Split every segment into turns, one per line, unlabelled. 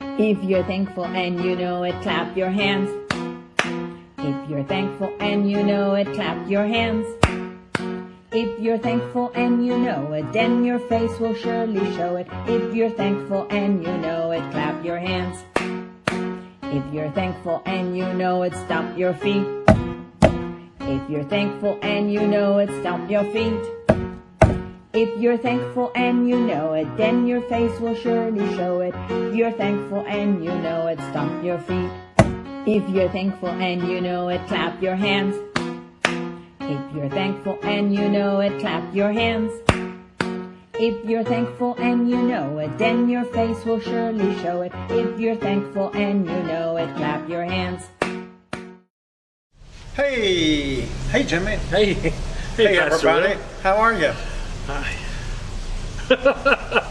If you're thankful and you know it, clap your hands. If you're thankful and you know it, clap your hands. If you're thankful and you know it, then your face will surely show it. If you're thankful and you know it, clap your hands. If you're thankful and you know it, stomp your feet. If you're thankful and you know it, stomp your feet. If you're thankful and you know it, then your face will surely show it. If you're thankful and you know it, stomp your feet. If you're thankful and you know it, clap your hands. If you're thankful and you know it, clap your hands. If you're thankful and you know it, then your face will surely show it. If you're thankful and you know it, clap your hands.
Hey, hey, Jimmy.
Hey, hey, Pastor Will.
everybody. How are you?
Hi.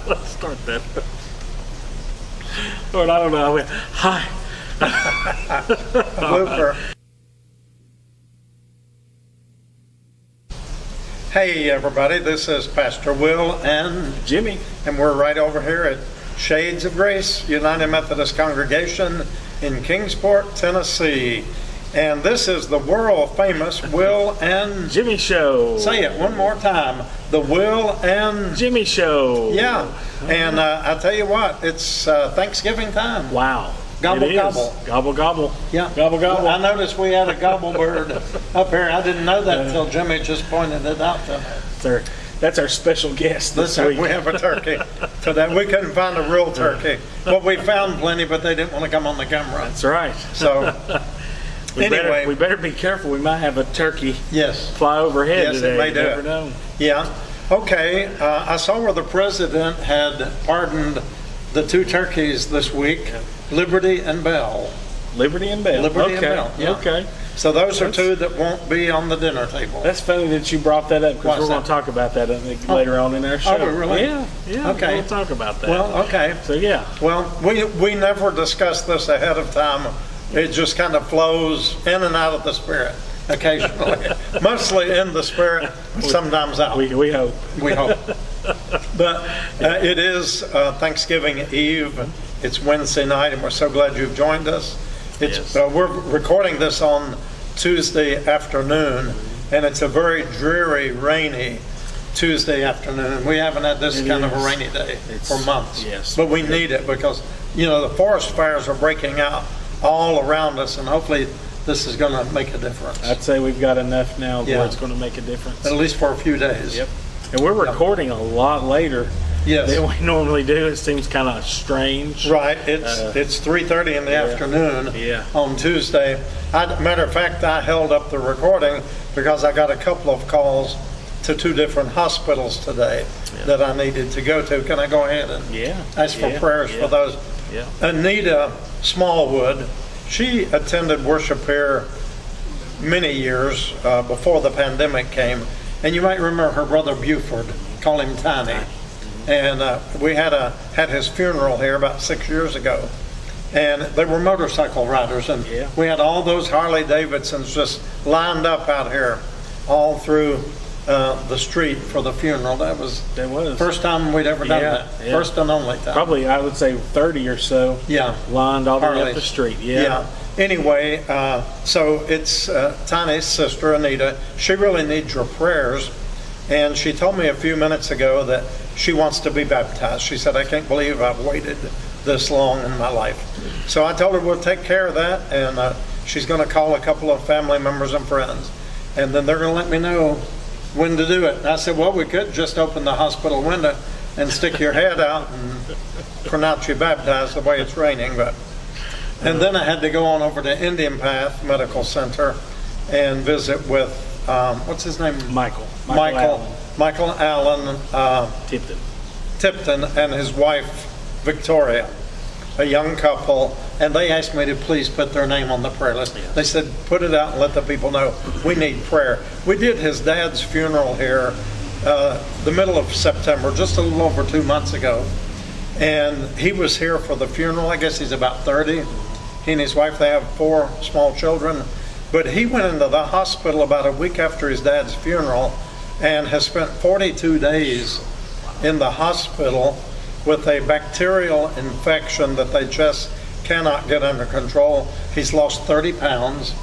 Let's start that. Lord, I don't know. I went, Hi. Uh,
A blooper. Hey, everybody. This is Pastor Will, and
Jimmy.
and we're right over here at Shades of Grace United Methodist Congregation in Kingsport, Tennessee. And this is the world famous Will and
Jimmy Show.
say it one more time. The Will and
Jimmy Show.
yeah. And uh, I tell you what, it's uh, Thanksgiving time.
Wow.
Gobble,
It is.
gobble.
Gobble, gobble.
Yeah.
Gobble, gobble.
Well, I noticed we had a gobble bird up here. I didn't know that until Jimmy just pointed it out to me.
That's our, that's our special guest this
Listen,
week.
we have a turkey today. We couldn't find a real turkey. Well, we found plenty, but they didn't want to come on the camera.
That's right.
So,
We
Anyway.
better, we better be careful. We might have a turkey
yes,
fly overhead
Yes, it
today.
may
you
do
never
it.
know.
yeah. Okay, uh, I saw where the president had pardoned the two turkeys this week, Liberty and Bell.
Liberty and Bell.
Liberty and
okay.
Bell, yeah.
Okay.
So those are
That's-
two that won't be on the dinner table.
That's funny that you brought that up
Why's
because we're going
that? Oh.
to talk about that I think later on in our show.
we really?
Yeah, yeah.
Okay.
We'll talk about that.
Well, okay.
so yeah,
Well, we, we never discuss this ahead of time. It just kind of flows in and out of the spirit occasionally, mostly in the spirit, sometimes out,
we, we hope.
we hope. But uh, it is uh, Thanksgiving Eve. It's Wednesday night, and we're so glad you've joined us. It's,
Yes.
uh, we're recording this on Tuesday afternoon, and it's a very dreary, rainy Tuesday afternoon. We haven't had this
It
kind of a
is.
rainy day
It's-
for months.
yes.
But we need it because, you know, the forest fires are breaking out all around us, and hopefully this is going to make a difference,
I'd say we've got enough now
Yeah.
where it's going to make a difference.
at least for a few days.
Yep. And we're recording a lot later
Yes.
than we normally do. It seems kind of strange.
Right, it's,
Uh,
it's 3:30 in the afternoon.
Yeah.
On Tuesday. I, matter of fact, I held up the recording because I got a couple of calls to two different hospitals today that I needed to go to. Can I go ahead and?
Yeah,
Ask for
yeah,
prayers for
yeah.
those.
Yeah.
Anita Smallwood, she attended worship here many years uh, before the pandemic came, and you might remember her brother Buford, call him Tiny, and uh, we had a had his funeral here about six years ago, and they were motorcycle riders, and
Yeah.
we had all those Harley Davidsons just lined up out here, all through uh, the street for the funeral. That was
That was.
first time we'd ever done
Yeah,
that,
yeah.
first and only time.
Probably, I would say 30 or so
Yeah.
lined all the way
Harley.
up the street.
Yeah. Anyway, uh, so it's uh, Tiny's sister, Anita. She really needs your prayers. And she told me a few minutes ago that she wants to be baptized. She said, I can't believe I've waited this long in my life. So I told her we'll take care of that. And uh, she's going to call a couple of family members and friends. And then they're going to let me know when to do it. And I said, well, we could just open the hospital window and stick your head out and pronounce you baptized the way it's raining. But and then I had to go on over to Indian Path Medical Center and visit with, um, what's his name?
Michael.
Michael,
Allen
Michael Allen uh,
Tipton.
Tipton and his wife Victoria, a young couple. And they asked me to please put their name on the prayer list. They said, put it out and let the people know we need prayer. We did his dad's funeral here uh, the middle of September, just a little over two months ago. And he was here for the funeral. I guess he's about 30. He and his wife, they have four small children. But he went into the hospital about a week after his dad's funeral and has spent 42 days in the hospital with a bacterial infection that they just cannot get under control. He's lost 30 pounds.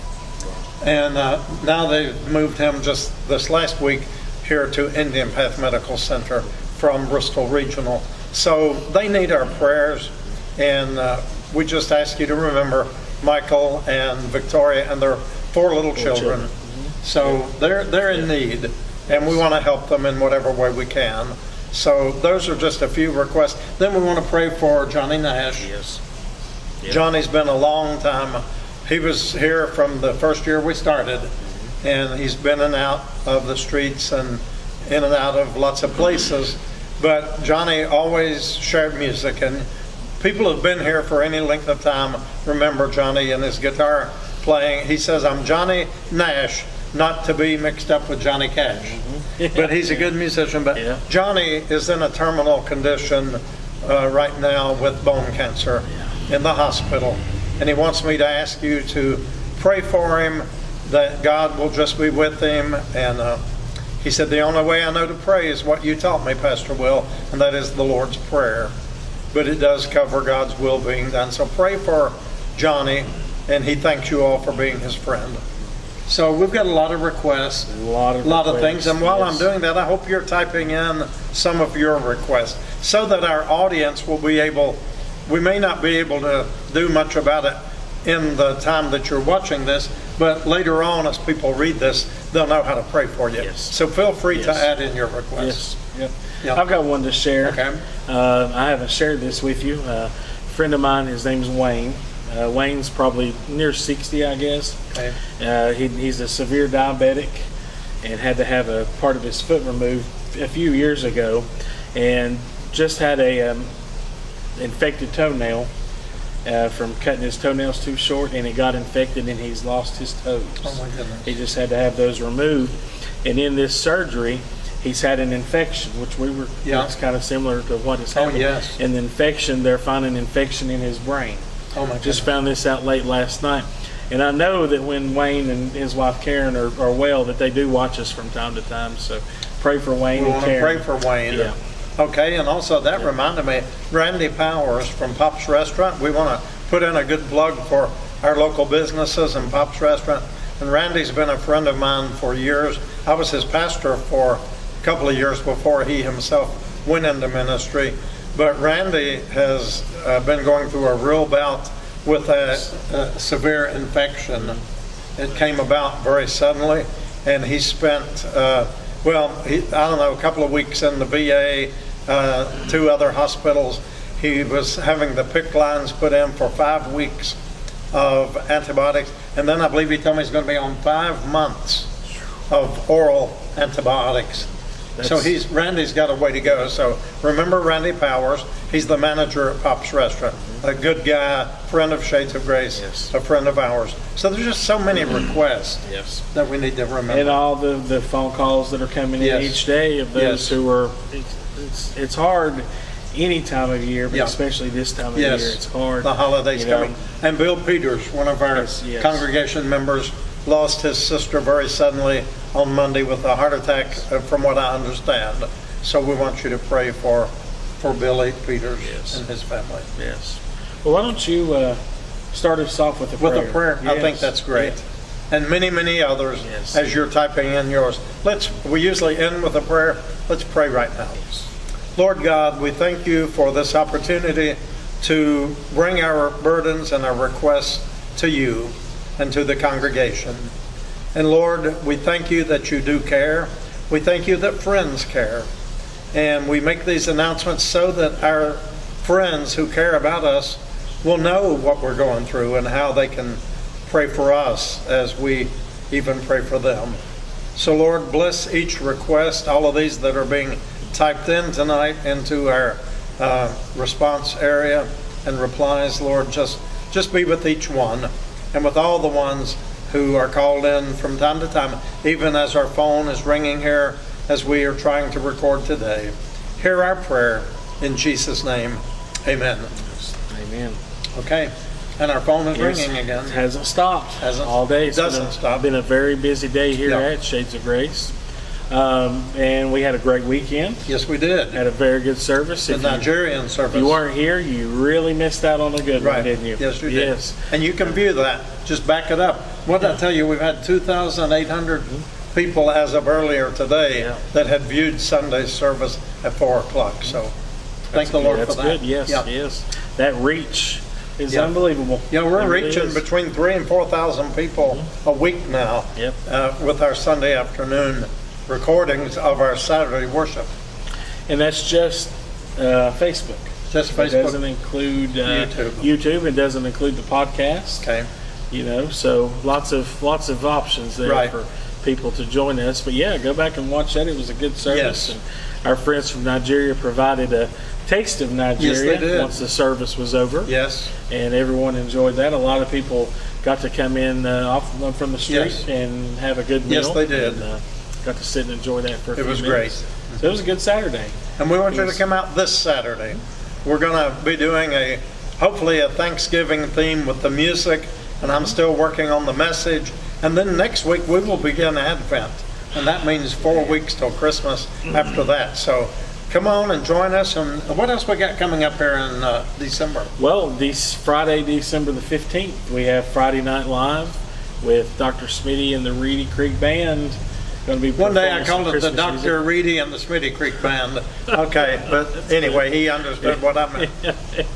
And uh, now they've moved him just this last week here to Indian Path Medical Center from Bristol Regional. So they need our prayers, and uh, we just ask you to remember Michael and Victoria and their four little children. Mm-hmm. So they're, they're in need, and we want to help them in whatever way we can. So those are just a few requests. Then we want to pray for Johnny Nash.
Yes.
Johnny's been a long time, he was here from the first year we started, and he's been in and out of the streets and in and out of lots of places. But Johnny always shared music, and people who've been here for any length of time remember Johnny and his guitar playing. He says, "I'm Johnny Nash, not to be mixed up with Johnny Cash." But he's a good musician, but
Yeah.
Johnny is in a terminal condition uh, right now with bone cancer in the hospital, and he wants me to ask you to pray for him, that God will just be with him. And uh, he said, The only way I know to pray is what you taught me, Pastor Will, and that is the Lord's Prayer. But it does cover God's will being done. So pray for Johnny, and he thanks you all for being his friend. So we've got a lot of requests.
A lot of
A lot of things,
requests,
and while I'm
yes.
doing that, I hope you're typing in some of your requests so that our audience will be able, we may not be able to do much about it in the time that you're watching this, but later on, as people read this, they'll know how to pray for you.
Yes.
So feel free to
Yes.
add in your requests.
Yes. Yep.
Yeah.
I've got one to share.
Okay.
Uh, I haven't shared this with you. Uh, a friend of mine, his name's Wayne. Uh, Wayne's probably near 60, I guess.
Okay.
Uh, he, he's a severe diabetic and had to have a part of his foot removed a few years ago and just had a um, infected toenail uh, from cutting his toenails too short and it got infected and he's lost his toes.
Oh, my goodness.
He just had to have those removed. And in this surgery, he's had an infection, which we were,
Yeah.
it's kind of similar to what has
Oh,
happened.
yes.
And the infection, they're finding infection in his brain.
Oh, my
Just
goodness.
found this out late last night. And I know that when Wayne and his wife Karen are, are well, that they do watch us from time to time. So pray for Wayne
We
and
want to
Karen.
pray for Wayne.
Yeah.
Okay, and also that reminded me, Randy Powers from Pop's Restaurant. We want to put in a good plug for our local businesses and Pop's Restaurant. And Randy's been a friend of mine for years. I was his pastor for a couple of years before he himself went into ministry. But Randy has uh, been going through a real bout with a, a severe infection. It came about very suddenly, and he spent, uh, well, he, I don't know, a couple of weeks in the VA, uh, two other hospitals. He was having the PIC lines put in for five weeks of antibiotics, and then I believe he told me he's going to be on five months of oral antibiotics. So
That's-
he's, Randy's got a way to go. So remember Randy Powers, he's the manager at Pop's Restaurant, a good guy, friend of Shades of Grace,
Yes.
a friend of ours. So there's just so many requests
Yes.
that we need to
Mm-hmm. and
remember.
all the, the phone calls that are coming in
Yes.
each day of those
Yes.
who are it's, it's it's hard any time of year but
Yeah.
especially this time of
Yes.
year it's hard
The holidays
uh, you know.
coming. And Bill Peters, one of our
Yes, yes.
congregation members, lost his sister very suddenly on Monday with a heart attack, uh, from what I understand. So we want you to pray for, for Billy Peters
Yes.
and his family.
yes well why don't you uh, start us off with a prayer
With a prayer, I think
Yes.
that's great. And many, many others,
Yes.
as you're typing in yours. Let's, we usually end with a prayer. Let's pray right now. Lord God, we thank you for this opportunity to bring our burdens and our requests to you and to the congregation. And Lord, we thank you that you do care. We thank you that friends care. And we make these announcements so that our friends who care about us will know what we're going through and how they can pray for us as we even pray for them. So, Lord, bless each request, all of these that are being typed in tonight into our uh, response area and replies. Lord, just, just be with each one and with all the ones who are called in from time to time, even as our phone is ringing here as we are trying to record today. Hear our prayer in Jesus' name. Amen.
amen
Okay. And our phone is
Yes.
ringing again.
It hasn't stopped
Hasn't-
all day It's
doesn't
been a-
stop.
been a very busy day here
No.
at Shades of Grace Uh, Um, and we had a great weekend,
Yes, we did.
had a very good service.
The
If you-
Nigerian service.
if you weren't here, you really missed out on a good
Right.
one, didn't you?
Yes, you did.
Yes.
And you can view that. Just back it up. What did I tell you? We've had 2,800 people as of earlier today
Yeah.
that had viewed Sunday service at 4 o'clock. So thank the Lord for
That's
that.
good. Yes,
Yeah.
yes. That reach is
Yeah.
unbelievable.
Yeah,
It
we're
really
reaching
is.
between three and four thousand people a week now.
Yep.
Uh, with our Sunday afternoon recordings of our Saturday worship.
And that's just uh, Facebook.
Just
It doesn't
Facebook.
include uh,
YouTube.
YouTube. It doesn't include the podcast.
Okay.
You know, so lots of lots of options there
Right.
for people to join us. But yeah, go back and watch that. It was a good
Yes.
service. And our friends from Nigeria provided a taste of Nigeria
did.
once the service was over.
Yes.
and everyone enjoyed that. A lot of people got to come in uh, off from the street
Yes.
and have a good meal.
Yes, they did.
And, uh, got to sit and enjoy that for. A
It
few
was
minutes. So it was a good Saturday.
And we want you to
Yes.
come out this Saturday. We're going to be doing a, hopefully a Thanksgiving theme with the music, and I'm still working on the message. And then next week, we will begin Advent, and that means four weeks till Christmas
Mm-hmm.
after that. So come on and join us, and what else we got coming up here in uh, December?
Well, this Friday, December the fifteenth, we have Friday Night Live with Dr. Smitty and the Reedy Creek Band. Going to be
One day I
performing some
called it the
Christmas music.
Dr. Reedy and the Smitty Creek Band. Okay, but anyway, he understood what I meant.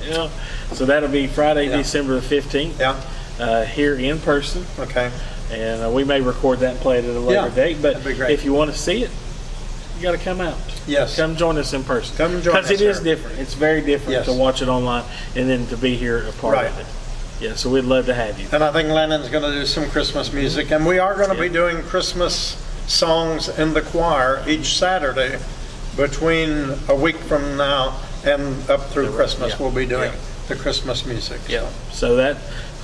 yeah. So that'll be Friday,
Yeah.
December the fifteenth.
Yeah,
Uh, here in person.
okay.
and uh, we may record that and play it at a later
Yeah,
date. But
that'd be great.
if you want to see it, you got to come out.
Yes.
come join us in person.
Come join us
because it is
here.
different. It's very different
Yes.
to watch it online and then to be here a part of
Right.
it. Yeah, so we'd love to have you.
And I think Lennon's going to do some Christmas music. And we are going to be doing Christmas songs in the choir each Saturday between a week from now and up through Christmas.
yeah,
We'll be doing
yeah.
the Christmas music.
Yeah, so that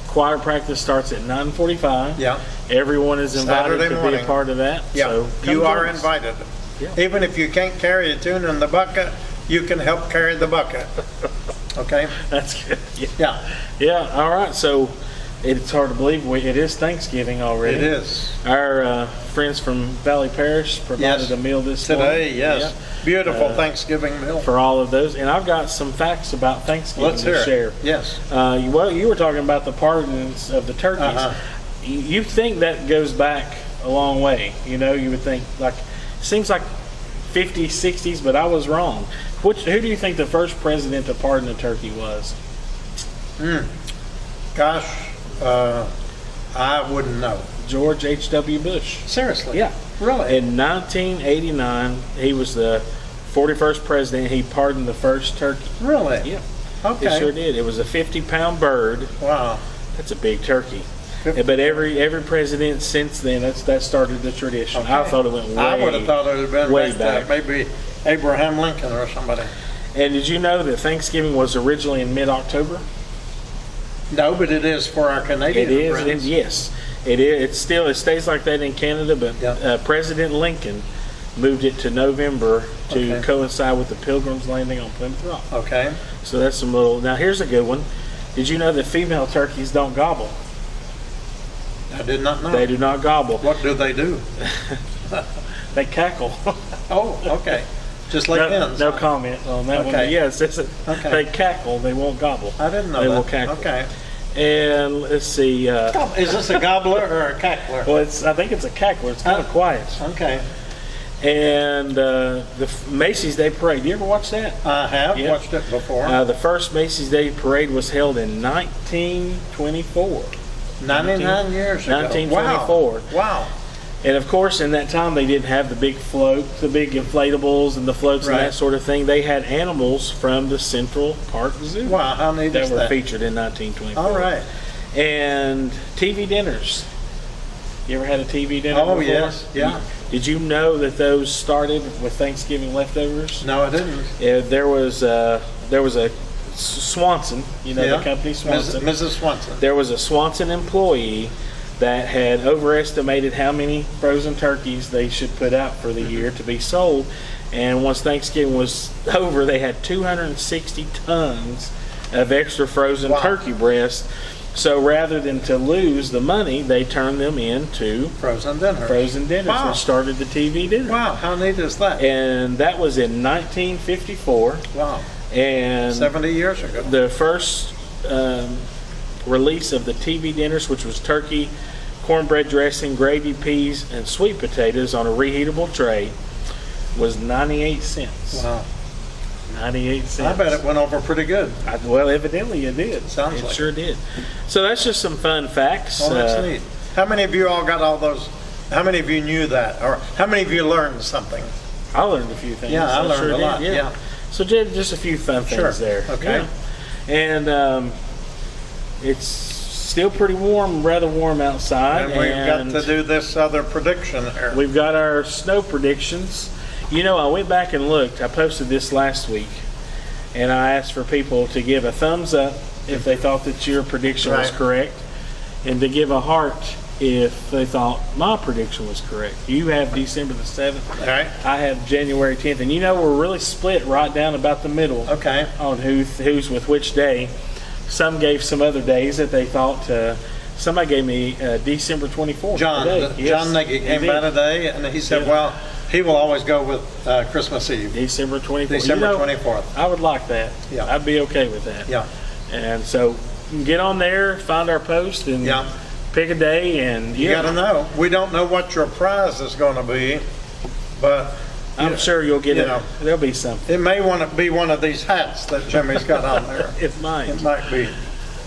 choir practice starts at nine forty-five.
Yeah.
everyone is invited
Saturday
to be
morning.
a part of that.
Yeah,
so come
you
join
are
us.
invited.
Yeah.
Even if you can't carry a tune in the bucket, you can help carry the bucket. Okay?
That's good. Yeah.
Yeah,
yeah. All right. So it's hard to believe we, it is Thanksgiving already.
it is.
Our uh, friends from Valley Parish provided
Yes.
a meal this
Today,
morning.
yes.
Yeah,
Beautiful
Uh,
Thanksgiving meal.
for all of those, and I've got some facts about Thanksgiving
Let's
to
hear
share.
it. Yes.
Uh, you- well, you were talking about the pardons of the turkeys.
Uh-huh.
You, you think that goes back a long way. You know, you would think like seems like 50s, 60s, but I was wrong. Which who do you think the first president to pardon a turkey was?
Gosh, uh, I wouldn't know.
George H. W. Bush.
Seriously?
Yeah.
Really?
In 1989, he was the 41st president. He pardoned the first turkey.
Really?
Yeah, he
Okay.
sure did. It was a 50-pound bird.
Wow.
That's a big turkey.
Fifty
But every every president since then, that's that started the tradition. I
Okay.
thought it went way.
I would have thought it would have been
way
like that,
back.
maybe Abraham Lincoln or somebody.
And did you know that Thanksgiving was originally in mid-October?
No, but it is for our Canadian
It is.
friends.
It, yes, it is. It's still it stays like that in Canada, but
Yeah.
uh, President Lincoln moved it to November to
Okay.
coincide with the Pilgrims landing on Plymouth Rock.
Okay.
So that's some little. Now here's a good one. Did you know that female turkeys don't gobble?
I did not know.
They do not gobble.
What do they do?
They cackle.
Oh, okay. Just like
no,
hens.
no comment on that one.
Okay.
But yes, it's a,
Okay.
they cackle. They won't gobble.
I didn't know
They
that.
will cackle.
Okay.
And let's see. Uh,
Gob- Is this a gobbler or a cackler?
well, it's I think it's a cackler. It's kind
Uh.
of quiet.
Okay.
And uh, the F- Macy's Day Parade. You ever watch that?
I have
Yeah.
watched it before.
Uh, the first Macy's Day Parade was held in 1924.
99 years ago.
1924.
Wow. Wow.
And of course, in that time, they didn't have the big float, the big inflatables and the floats and
Right.
that sort of thing. They had animals from the Central Park Zoo
Wow. How neat
that
is
were
that?
featured in 1924.
All right.
And TV dinners. You ever had a TV dinner?
Oh,
before?
yes. Yeah.
Did you know that those started with Thanksgiving leftovers?
No, I didn't.
Yeah, there was uh, there was a S- Swanson, you know
Yeah.
the company
Mis-
Swanson.
Mrs. Swanson.
There was a Swanson employee that had overestimated how many frozen turkeys they should put out for the
Mm-hmm.
year to be sold. And once Thanksgiving was over, they had 260 tons of extra frozen
Wow.
turkey breast. So rather than to lose the money, they turned them into
Frozen dinner.
frozen dinners
Wow.
and started the TV dinner.
Wow, how neat is that?
And that was in 1954.
Wow,
And
70 years ago.
the first um, release of the TV dinners, which was turkey, cornbread dressing, gravy, peas, and sweet potatoes on a reheatable tray, was 98 cents.
Wow.
98 cents.
I bet it went over pretty good.
I- well, evidently it did.
Sounds
it
like
sure did. So that's just some fun facts.
Well,
Uh,
Oh, that's neat. How many of you all got all those, how many of you knew that? Or how many of you learned something?
I learned a few things.
Yeah, I learned
sure
a
did,
lot, yeah.
So ju- just a few fun things
Sure,
there.
okay.
yeah. And um, it's still pretty warm, rather warm outside.
And we've got to do this other prediction here.
We've got our snow predictions. You know, I went back and looked. I posted this last week, and I asked for people to give a thumbs up if they thought that your prediction was
Right.
correct, and to give a heart if they thought my prediction was correct. You have December the seventh.
All right,
I have January tenth, and you know we're really split right down about the middle
okay.
on who who's with which day. Some gave some other days that they thought. Uh, somebody gave me uh, December twenty fourth.
John, John Nagy came by today and he said,
Yeah.
well, he will always go with uh, Christmas Eve,
December 24th.
December
You know,
24th.
I would like that.
Yeah.
I'd be okay with that.
Yeah.
And so get on there, find our post, and
Yeah.
pick a day, and
You
yeah,
gotta know, we don't know what your prize is gonna be, but
I'm sure you'll get
you
it.
know.
There'll be something.
it may wanna be one of these hats that Jimmy's got on there.
It might.
It might be,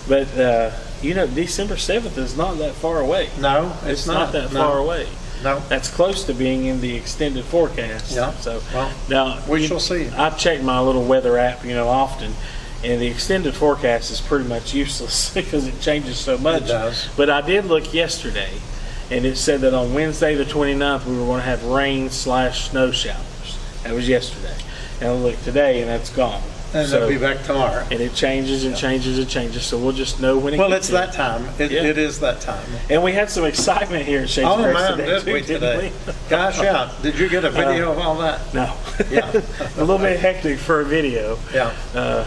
But uh, you know, December 7th is not that far away.
no, it's not.
that
No,
far away.
No,
That's close to being in the extended forecast.
Yeah.
So
Well,
now
we
you-
shall see.
I check my little weather app, you know, often, and the extended forecast is pretty much useless because it changes so much.
does.
But I did look yesterday, and it said that on Wednesday the 29th we were going to have rain slash snow showers. That was yesterday, and I looked today, and that's gone.
and
so,
they'll be back tomorrow.
and it changes and changes and changes, so we'll just know when it
Well,
gets
it's
here.
that time, it,
Yeah.
it is that time.
And we had some excitement here in
Oh,
Shakespeare
man,
today,
did
too,
we
didn't
today?
we?
Gosh, yeah, did you get a video of all that?
No.
Yeah.
a little bit hectic for a video.
Yeah.
Uh,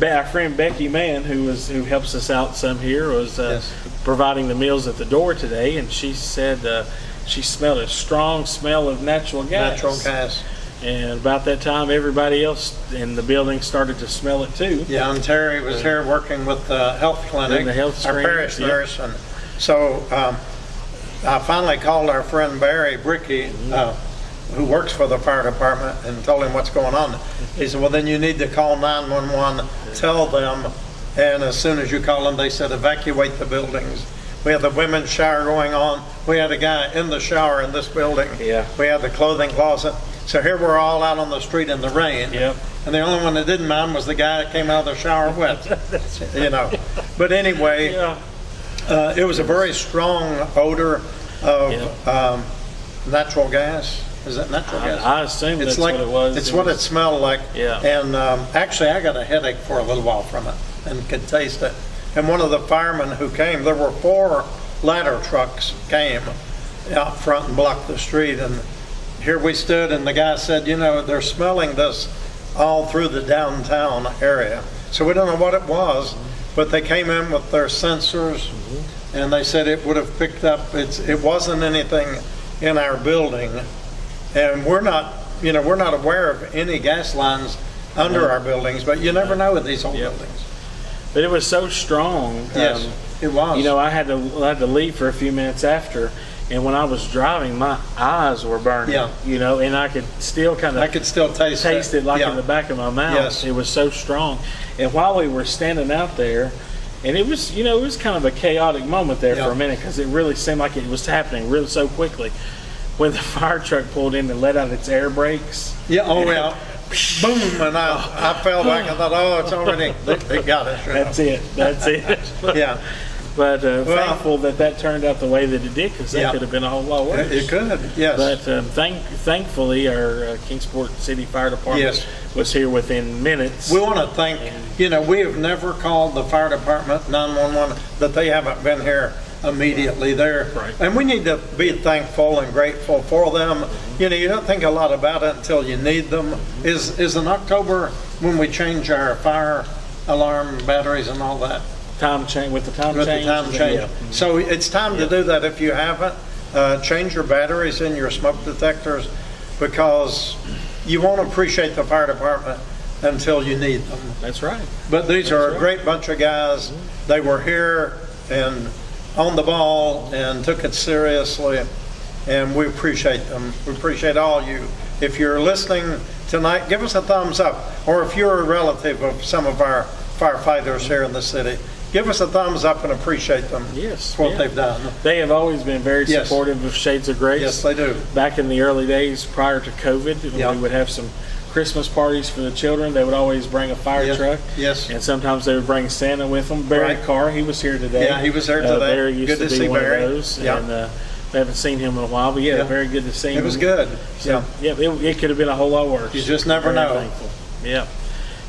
Be- our friend Becky Mann, who was who helps us out some here, was uh,
Yes.
providing the meals at the door today, and she said uh, she smelled a strong smell of natural gas.
Natural gas,
And about that time, everybody else in the building started to smell it too.
yeah, and Terry was here working with the health clinic.
Doing the health
Our
screen,
parish
yeah.
nurse, and so, um, I finally called our friend Barry Bricky, uh, who works for the fire department, and told him what's going on. He said, well, then you need to call 911, tell them, and as soon as you call them, they said evacuate the buildings. We had the women's shower going on, we had a guy in the shower in this building.
Yeah.
We had the clothing closet. So here we're all out on the street in the rain.
Yep.
And the only one that didn't mind was the guy that came out of the shower wet, you know. But anyway,
Yeah.
uh, It was a very strong odor of um, natural gas. Is that natural
I,
gas?
I assume
It's
that's
like
what it was.
It's
It
what it
was-
smelled like.
Yeah.
And um, actually, I got a headache for a little while from it and could taste it. And one of the firemen who came, there were four ladder trucks came out front and blocked the street. And here we stood, and the guy said, you know, they're smelling this all through the downtown area. So we don't know what it was, but they came in with their sensors, and they said it would have picked up, it's, it wasn't anything in our building, and we're not, you know, we're not aware of any gas lines under our buildings, but you never know with these old
Yep.
buildings.
But it was so strong.
Yes,
um,
it was.
You know, I had to I had to leave for a few minutes after, and when I was driving, my eyes were burning.
Yeah.
You know, and I could still kind of
I could still taste it.
taste it like
Yeah.
in the back of my mouth.
Yes.
It was so strong. And while we were standing out there, and it was, you know, it was kind of a chaotic moment there
Yeah.
for a minute because it really seemed like it was happening really so quickly. When the fire truck pulled in and let out its air brakes,
Yeah, oh, well, boom, and I, I fell back, I thought, oh, it's already, they got us. you know.
that's it. That's it.
Yeah,
But uh,
Well-
thankful that that turned out the way that it did because that
Yeah.
could have been a whole lot worse.
it it could, yes.
But um, thank, thankfully, our uh, Kingsport City Fire Department
Yes.
was here within minutes.
We want to thank, you know, we have never called the fire department, 911, that they haven't been here immediately there.
Right.
And we need to be thankful and grateful for them. You know, you don't think a lot about it until you need them. Is, is in October when we change our fire alarm batteries and all that?
Time change, with the time
With
change?
the time change.
Yeah.
So it's time to do that if you haven't. Uh, Change your batteries in your smoke detectors because you won't appreciate the fire department until you need them.
That's right.
But these are a
right.
great bunch of guys. They were here and on the ball and took it seriously. And we appreciate them. We appreciate all you. If you're listening tonight, give us a thumbs up. Or if you're a relative of some of our firefighters here in the city, give us a thumbs up and appreciate them.
Yes,
For what
yeah.
they've done.
They have always been very
Yes.
supportive of Shades of Grace.
Yes, they do.
Back in the early days, prior to COVID,
Yeah.
we would have some Christmas parties for the children. They would always bring a fire
Yeah,
truck.
yes.
And sometimes they would bring Santa with them. Barry
Right.
Carr, he was here today.
Yeah, he was there
Uh,
today.
Barry used
Good
to,
to
be
see
one
Barry.
of those.
Yeah.
And uh, we haven't seen him in a while, but yeah,
Yeah.
very good to see him.
It was good.
So,
Yeah.
yeah, it, it could have been a whole lot worse.
You just never
Very
know.
Thankful. Yeah.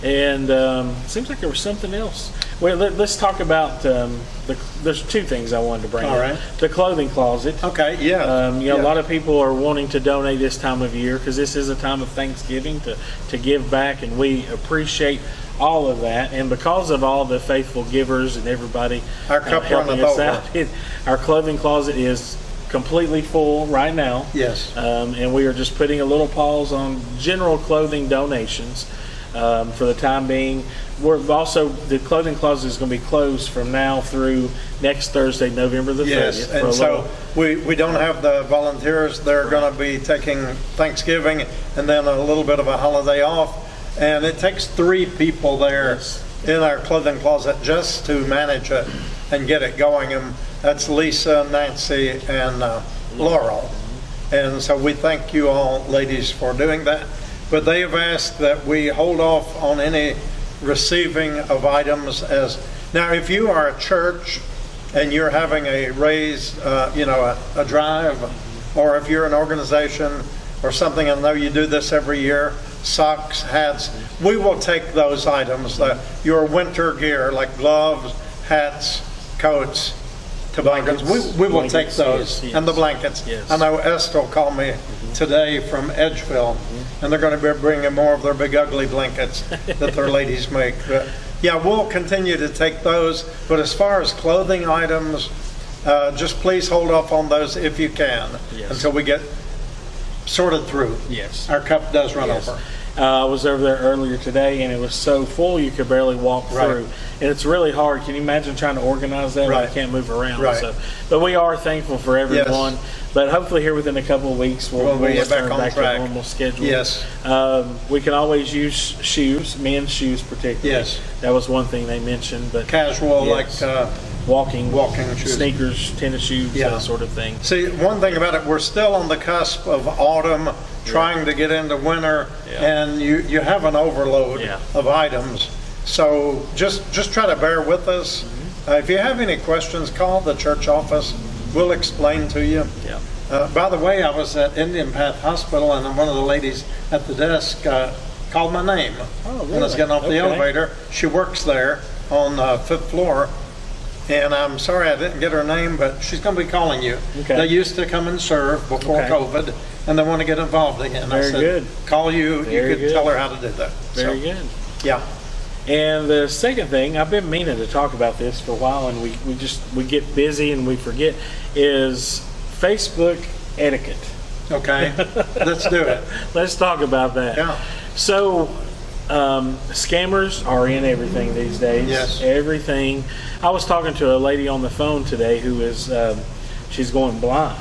And um, seems like there was something else. Well, let, let's talk about um, the. There's two things I wanted to bring.
All
up.
right.
The clothing closet.
Okay, yeah.
Um, you know,
Yeah.
a lot of people are wanting to donate this time of year because this is a time of Thanksgiving to, to give back, and we appreciate all of that. And because of all the faithful givers and everybody uh,
Our cup
helping
runneth
us
over.
out, it, our clothing closet is completely full right now.
Yes.
Um, and we are just putting a little pause on general clothing donations um, for the time being. We're also, the clothing closet is going to be closed from now through next Thursday, November the 30th.
Yes,
for a
and
little-
so we, we don't have the volunteers. They're going to be taking Thanksgiving and then a little bit of a holiday off. And it takes three people there
Yes.
in our clothing closet just to manage it and get it going. And that's Lisa, Nancy, and uh, Laurel. And so we thank you all, ladies, for doing that. But they have asked that we hold off on any receiving of items as, now, if you are a church and you're having a raise, uh, you know, a, a drive, or if you're an organization or something, I know you do this every year, socks, hats, we will take those items, uh, your winter gear, like gloves, hats, coats, toboggans, we, we will take
Blankets,
those,
yes,
and the
yes.
blankets.
Yes.
I know Estill called me today from Edgeville, and they're going to be bringing more of their big ugly blankets that their ladies make. But yeah, we'll continue to take those. But as far as clothing items, uh, just please hold off on those if you can
Yes.
until we get sorted through.
Yes.
Our cup does run
Yes.
over.
Uh, I was over there earlier today, and it was so full you could barely walk
Right.
through. And it's really hard. Can you imagine trying to organize that when
Right.
you can't move around?
Right.
So, but we are thankful for everyone. But hopefully, here within a couple of weeks, we'll,
We'll
we'll
be back
return
on
back
track.
to normal schedule.
Yes.
Um, we can always use shoes, men's shoes particularly.
Yes.
That was one thing they mentioned. But
Casual,
Yes.
like, uh,
walking,
walking shoes.
sneakers, tennis shoes,
Yeah.
that sort of thing.
See, one thing about it, we're still on the cusp of autumn, trying to get into winter,
Yeah.
and you, you have an overload
Yeah.
of items. So just, just try to bear with us.
Mm-hmm.
Uh, If you have any questions, call the church office. We'll explain to you.
Yeah.
Uh, By the way, I was at Indian Path Hospital, and one of the ladies at the desk uh, called my name.
Oh,
When I was
really?
getting off the
Okay.
elevator. She works there on the fifth floor, and I'm sorry I didn't get her name, but she's going to be calling you.
Okay.
They used to come and serve before
Okay.
COVID, and they want to get involved again. I
Very
said,
good.
Call you, you
Very
could
good.
tell her how to do that.
Very
So,
good.
Yeah,
And the second thing, I've been meaning to talk about this for a while, and we, we just we get busy and we forget, is Facebook etiquette.
okay, let's do it.
Let's talk about that.
Yeah.
So, um, scammers are in everything these days.
Yes.
Everything. I was talking to a lady on the phone today who is, um, she's going blind,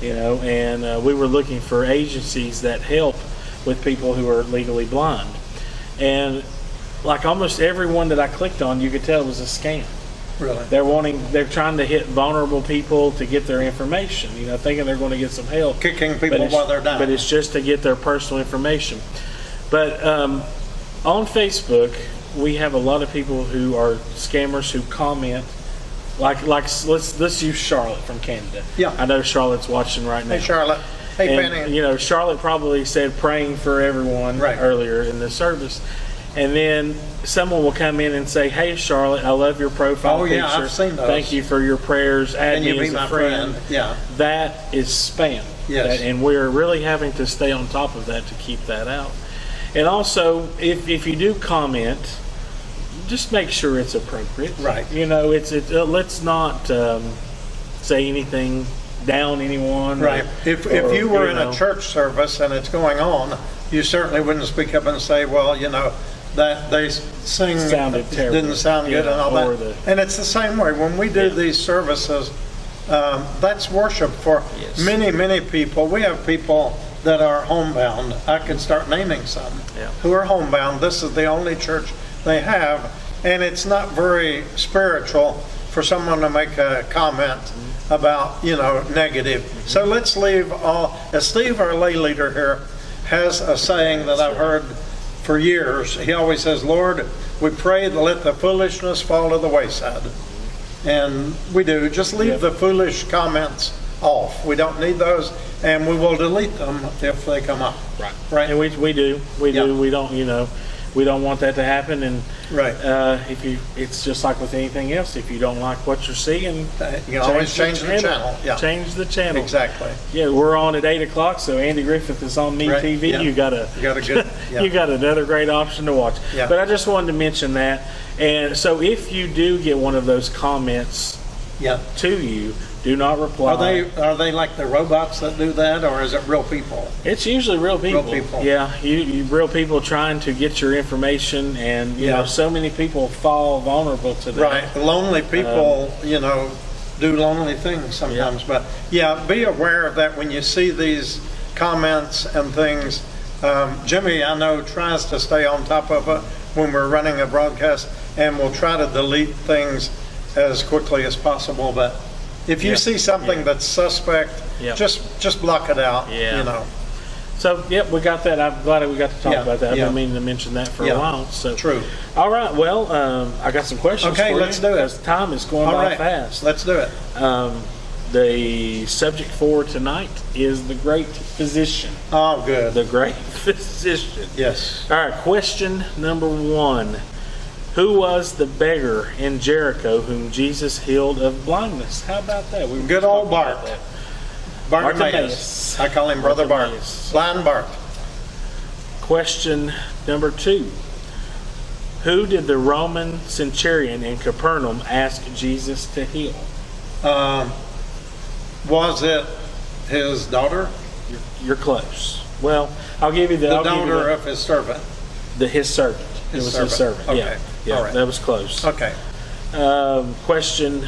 you know, and uh, we were looking for agencies that help with people who are legally blind. And like almost everyone that I clicked on, you could tell was a scam.
Really?
They're wanting, they're trying to hit vulnerable people to get their information, you know, thinking they're going to get some help.
Kicking
But
people
it's-
while they're down.
But it's just to get their personal information. But um, on Facebook, we have a lot of people who are scammers who comment. Like, like let's let's use Charlotte from Canada.
Yeah.
I know Charlotte's watching right now.
Hey, Charlotte. Hey,
And,
Penny.
You know, Charlotte probably said praying for everyone
Right.
earlier in the service. And then someone will come in and say, Hey, Charlotte, I love your profile
Oh,
picture.
yeah, I've seen those.
Thank you for your prayers. Add
Can
me
you be
as a
my friend?" Yeah.
That is spam.
Yes.
That- and we're really having to stay on top of that to keep that out. And also, if, if you do comment, just make sure it's appropriate.
Right.
You know, it's it. Uh, let's not um, say anything down anyone. or-
Right. If, if
or,
you were in a
know.
church service and it's going on, you certainly wouldn't speak up and say, well, you know, that they sing.
Sounded terrible.
Didn't sound good and
Yeah,
all
or
that.
the-
And it's the same way. When we do
Yeah.
these services, um, that's worship for
Yes.
many, many people. We have people that are homebound. I could start naming some.
Yeah.
Who are homebound. This is the only church they have. And it's not very spiritual for someone to make a comment about, you know, negative. So let's leave all, as Steve, our lay leader here, has a saying that I've heard for years. He always says, Lord, we pray that let the foolishness fall to the wayside. And we do. Just leave the foolish comments off. We don't need those, and we will delete them if they come up.
Right. And
Right?
we, we do, we
Yeah.
do, we don't, you know, we don't want that to happen and.
Right.
Uh, if you, it's just like with anything else, if you don't like what you're seeing.
Uh, You can always change the channel, yeah.
Change the channel.
Exactly.
Yeah, we're on at eight o'clock, so Andy Griffith is on Me
Right, yeah.
TV. You got a,
You got a good- yeah.
you got another great option to watch.
Yeah.
But I just wanted to mention that. And so if you do get one of those comments
Yeah.
to you, do not reply.
Are they, are they like the robots that do that, or is it real people?
It's usually real people.
people.
Yeah, you, you real people trying to get your information, and you
Yeah.
know, so many people fall vulnerable to that.
Right, lonely people,
Um,
you know, do lonely things sometimes, but, yeah, be aware of that when you see these comments and things. Um, Jimmy, I know, tries to stay on top of it when we're running a broadcast, and will try to delete things as quickly as possible, but if you
Yeah.
see something that's suspect,
Yeah.
just, just block it out,
Yeah.
you know,
So, yep, we got that. I'm glad that we got to talk
Yeah,
about that. I've
yeah.
been meaning to mention that for
Yeah,
a while. So
true.
All right. Well, um, I got some questions.
Okay,
for
let's
you,
do it.
'cause Time is going
All
by
right,
fast.
Let's do it.
Um, the subject for tonight is the great physician.
Oh, good,
The great physician.
yes.
All right, question number one. Who was the beggar in Jericho whom Jesus healed of blindness? How about that? We were
Good
just
old
talking about
Bart.
that.
Bartimaeus.
Bartimaeus.
I call him Brother Bart.
Bartimaeus.
Blind Bart.
Question number two. Who did the Roman centurion in Capernaum ask Jesus to heal?
Um, Was it his daughter?
You're, you're close. Well, I'll give you the,
The
I'll give you
daughter
the,
of his servant?
the- his servant.
His
it was his
servant.
servant.
Okay.
Yeah, yeah,
All right.
that was close.
Okay.
Um, question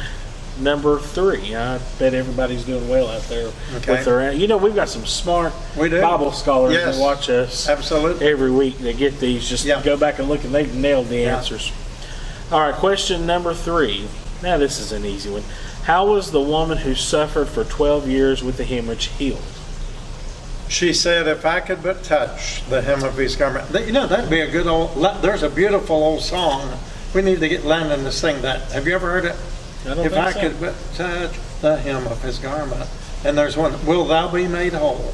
number three. I bet everybody's doing well out there
Okay.
with their. You know, we've got some smart
We do.
Bible scholars
Yes.
that watch us
Absolutely.
every week. They get these. Just
Yeah.
go back and look, and they've nailed the
Yeah.
answers. All right, question number three. Now this is an easy one. How was the woman who suffered for 12 years with the hemorrhage healed?
She said, if I could but touch the hem of his garment. Th- You know, that'd be a good old, le- there's a beautiful old song. We need to get Landon to sing that. Have you ever heard it?
I don't
If
think
I
so.
could but touch the hem of his garment. And there's one, will thou be made whole?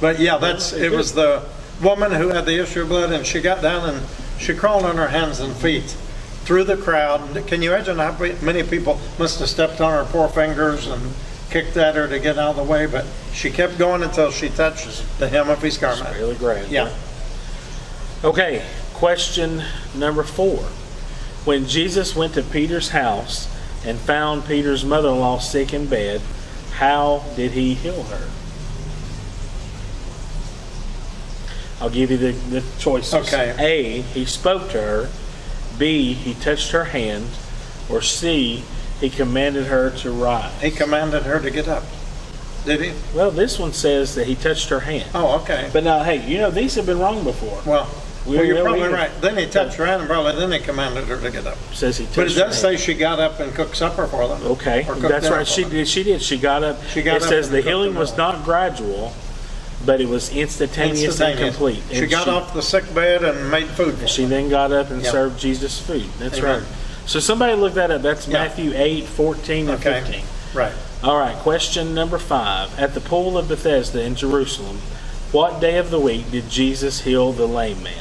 But yeah, that's, it was the woman who had the issue of blood and she got down and she crawled on her hands and feet through the crowd. Can you imagine how pe- many people must have stepped on her poor fingers and kicked at her to get out of the way? But she kept going until she touched the hem of his garment.
Really great.
Yeah.
Okay, question number four. When Jesus went to Peter's house and found Peter's mother in law sick in bed, how did he heal her? I'll give you the, the choices.
Okay.
A, he spoke to her. B, he touched her hand. Or C, he commanded her to rise.
He commanded her to get up. Did he?
Well, this one says that he touched her hand.
Oh, okay.
But now, hey, you know, these have been wrong before.
Well,
We-
well, you're
yeah, we-
probably right. Then he touched her hand and probably then he commanded her to get up.
says he touched
But it
her
does
hand.
say she got up and cooked supper for them.
Okay,
Or cooked
that's
dinner
right.
for
She
them.
did. She did. She got up.
She got
it
up
says
and
the
cooked
healing
them
was
all.
not gradual, but it was instantaneous, and complete.
She
And
got off the sick bed and made food. for
She
them.
then got up and
Yeah.
served Jesus food. That's
Amen.
right. So somebody look that up. That's
Yeah.
Matthew 8, 14, and
Okay.
15.
Right.
All right, question number five. At the pool of Bethesda in Jerusalem, what day of the week did Jesus heal the lame man?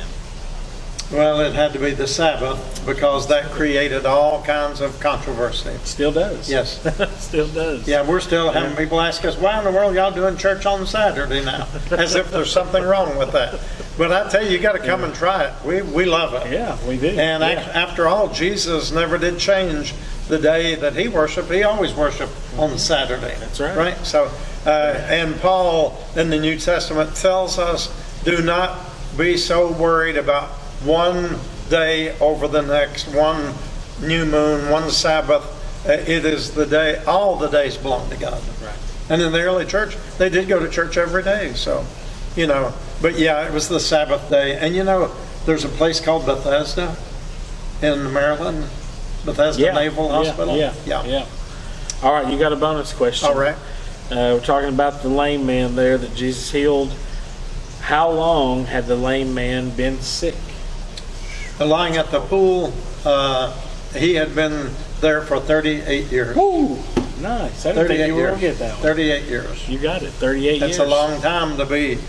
Well, it had to be the Sabbath because that created all kinds of controversy.
Still does.
Yes.
Still does.
Yeah, we're still having people ask us, why in the world y'all doing church on Saturday now? As if there's something wrong with that. But I tell you, you got to come and try it. We, we love it.
Yeah, we do.
And
yeah.
ac- after all, Jesus never did change the day that he worshiped. He always worshiped on Saturday.
That's right.
Right? So, uh, and Paul in the New Testament tells us do not be so worried about one day over the next, one new moon, one Sabbath. Uh, It is the day, all the days belong to God.
Right.
And in the early church, they did go to church every day. So, you know, but yeah, it was the Sabbath day. And you know, there's a place called Bethesda in Maryland, Bethesda
yeah,
Naval
yeah,
Hospital.
Yeah, yeah, All right, you got a bonus question.
All right.
Uh, we're talking about the lame man there that Jesus healed. How long had the lame man been sick?
Lying at the pool, uh, he had been there for 38 years.
Woo! Nice. I
38
didn't think you were
years.
going to get that one.
38 years.
You got it. 38
That's
years.
a long time to be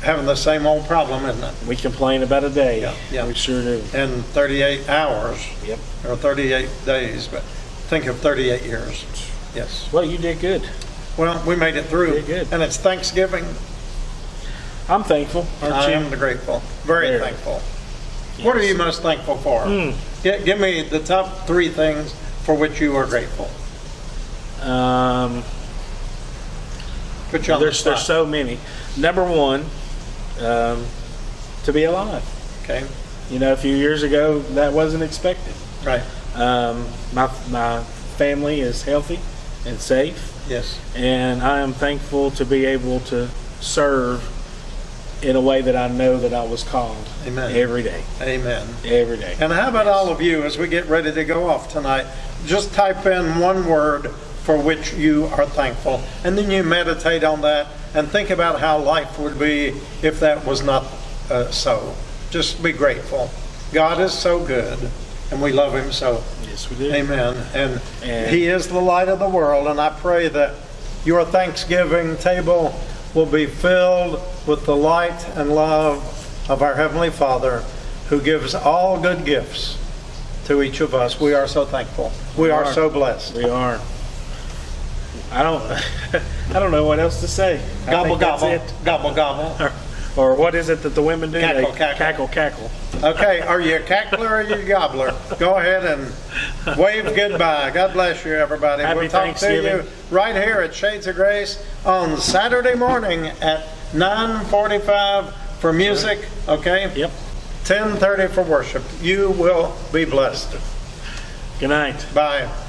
having the same old problem, isn't it?
We complain about a day.
Yeah, yeah.
We sure do.
And 38 hours
Yep.
or 38 days, but think of 38 years. Yes.
Well, you did good.
Well, we made it through.
Very good.
And it's Thanksgiving.
I'm thankful, aren't
I
you?
am grateful. Very
Very.
thankful. What are you most thankful for?
Hmm.
Gi- give me the top three things for which you are grateful.
Um,
Put you on the
there's
spot.
there's so many. Number one, um, to be alive.
okay,
You know, a few years ago that wasn't expected.
right.
Um, my my family is healthy and safe,
Yes.
and I am thankful to be able to serve in a way that I know that I was called
Amen.
every day,
Amen.
every day.
And how about all of you as we get ready to go off tonight? Just type in one word for which you are thankful, and then you meditate on that and think about how life would be if that was not uh, so. Just be grateful. God is so good, and we love Him so.
Yes, we do.
Amen. And,
And-
He is the light of the world, and I pray that your Thanksgiving table will be filled with the light and love of our Heavenly Father, who gives all good gifts to each of us. We are so thankful. We are so blessed.
We are. I don't. I don't know what else to say. I
Gobble,
think that's
gobble.
it.
Gobble, gobble.
Or, or what is it that the women do?
Cackle,
they
cackle.
cackle, cackle.
Okay, are you a cackler or are you a gobbler? Go ahead and wave goodbye. God bless you, everybody.
Happy
we'll talk to you
Thanksgiving.
right here at Shades of Grace on Saturday morning at 9:45 for music. Okay.
Yep.
10:30 for worship. You will be blessed.
Good night.
Bye.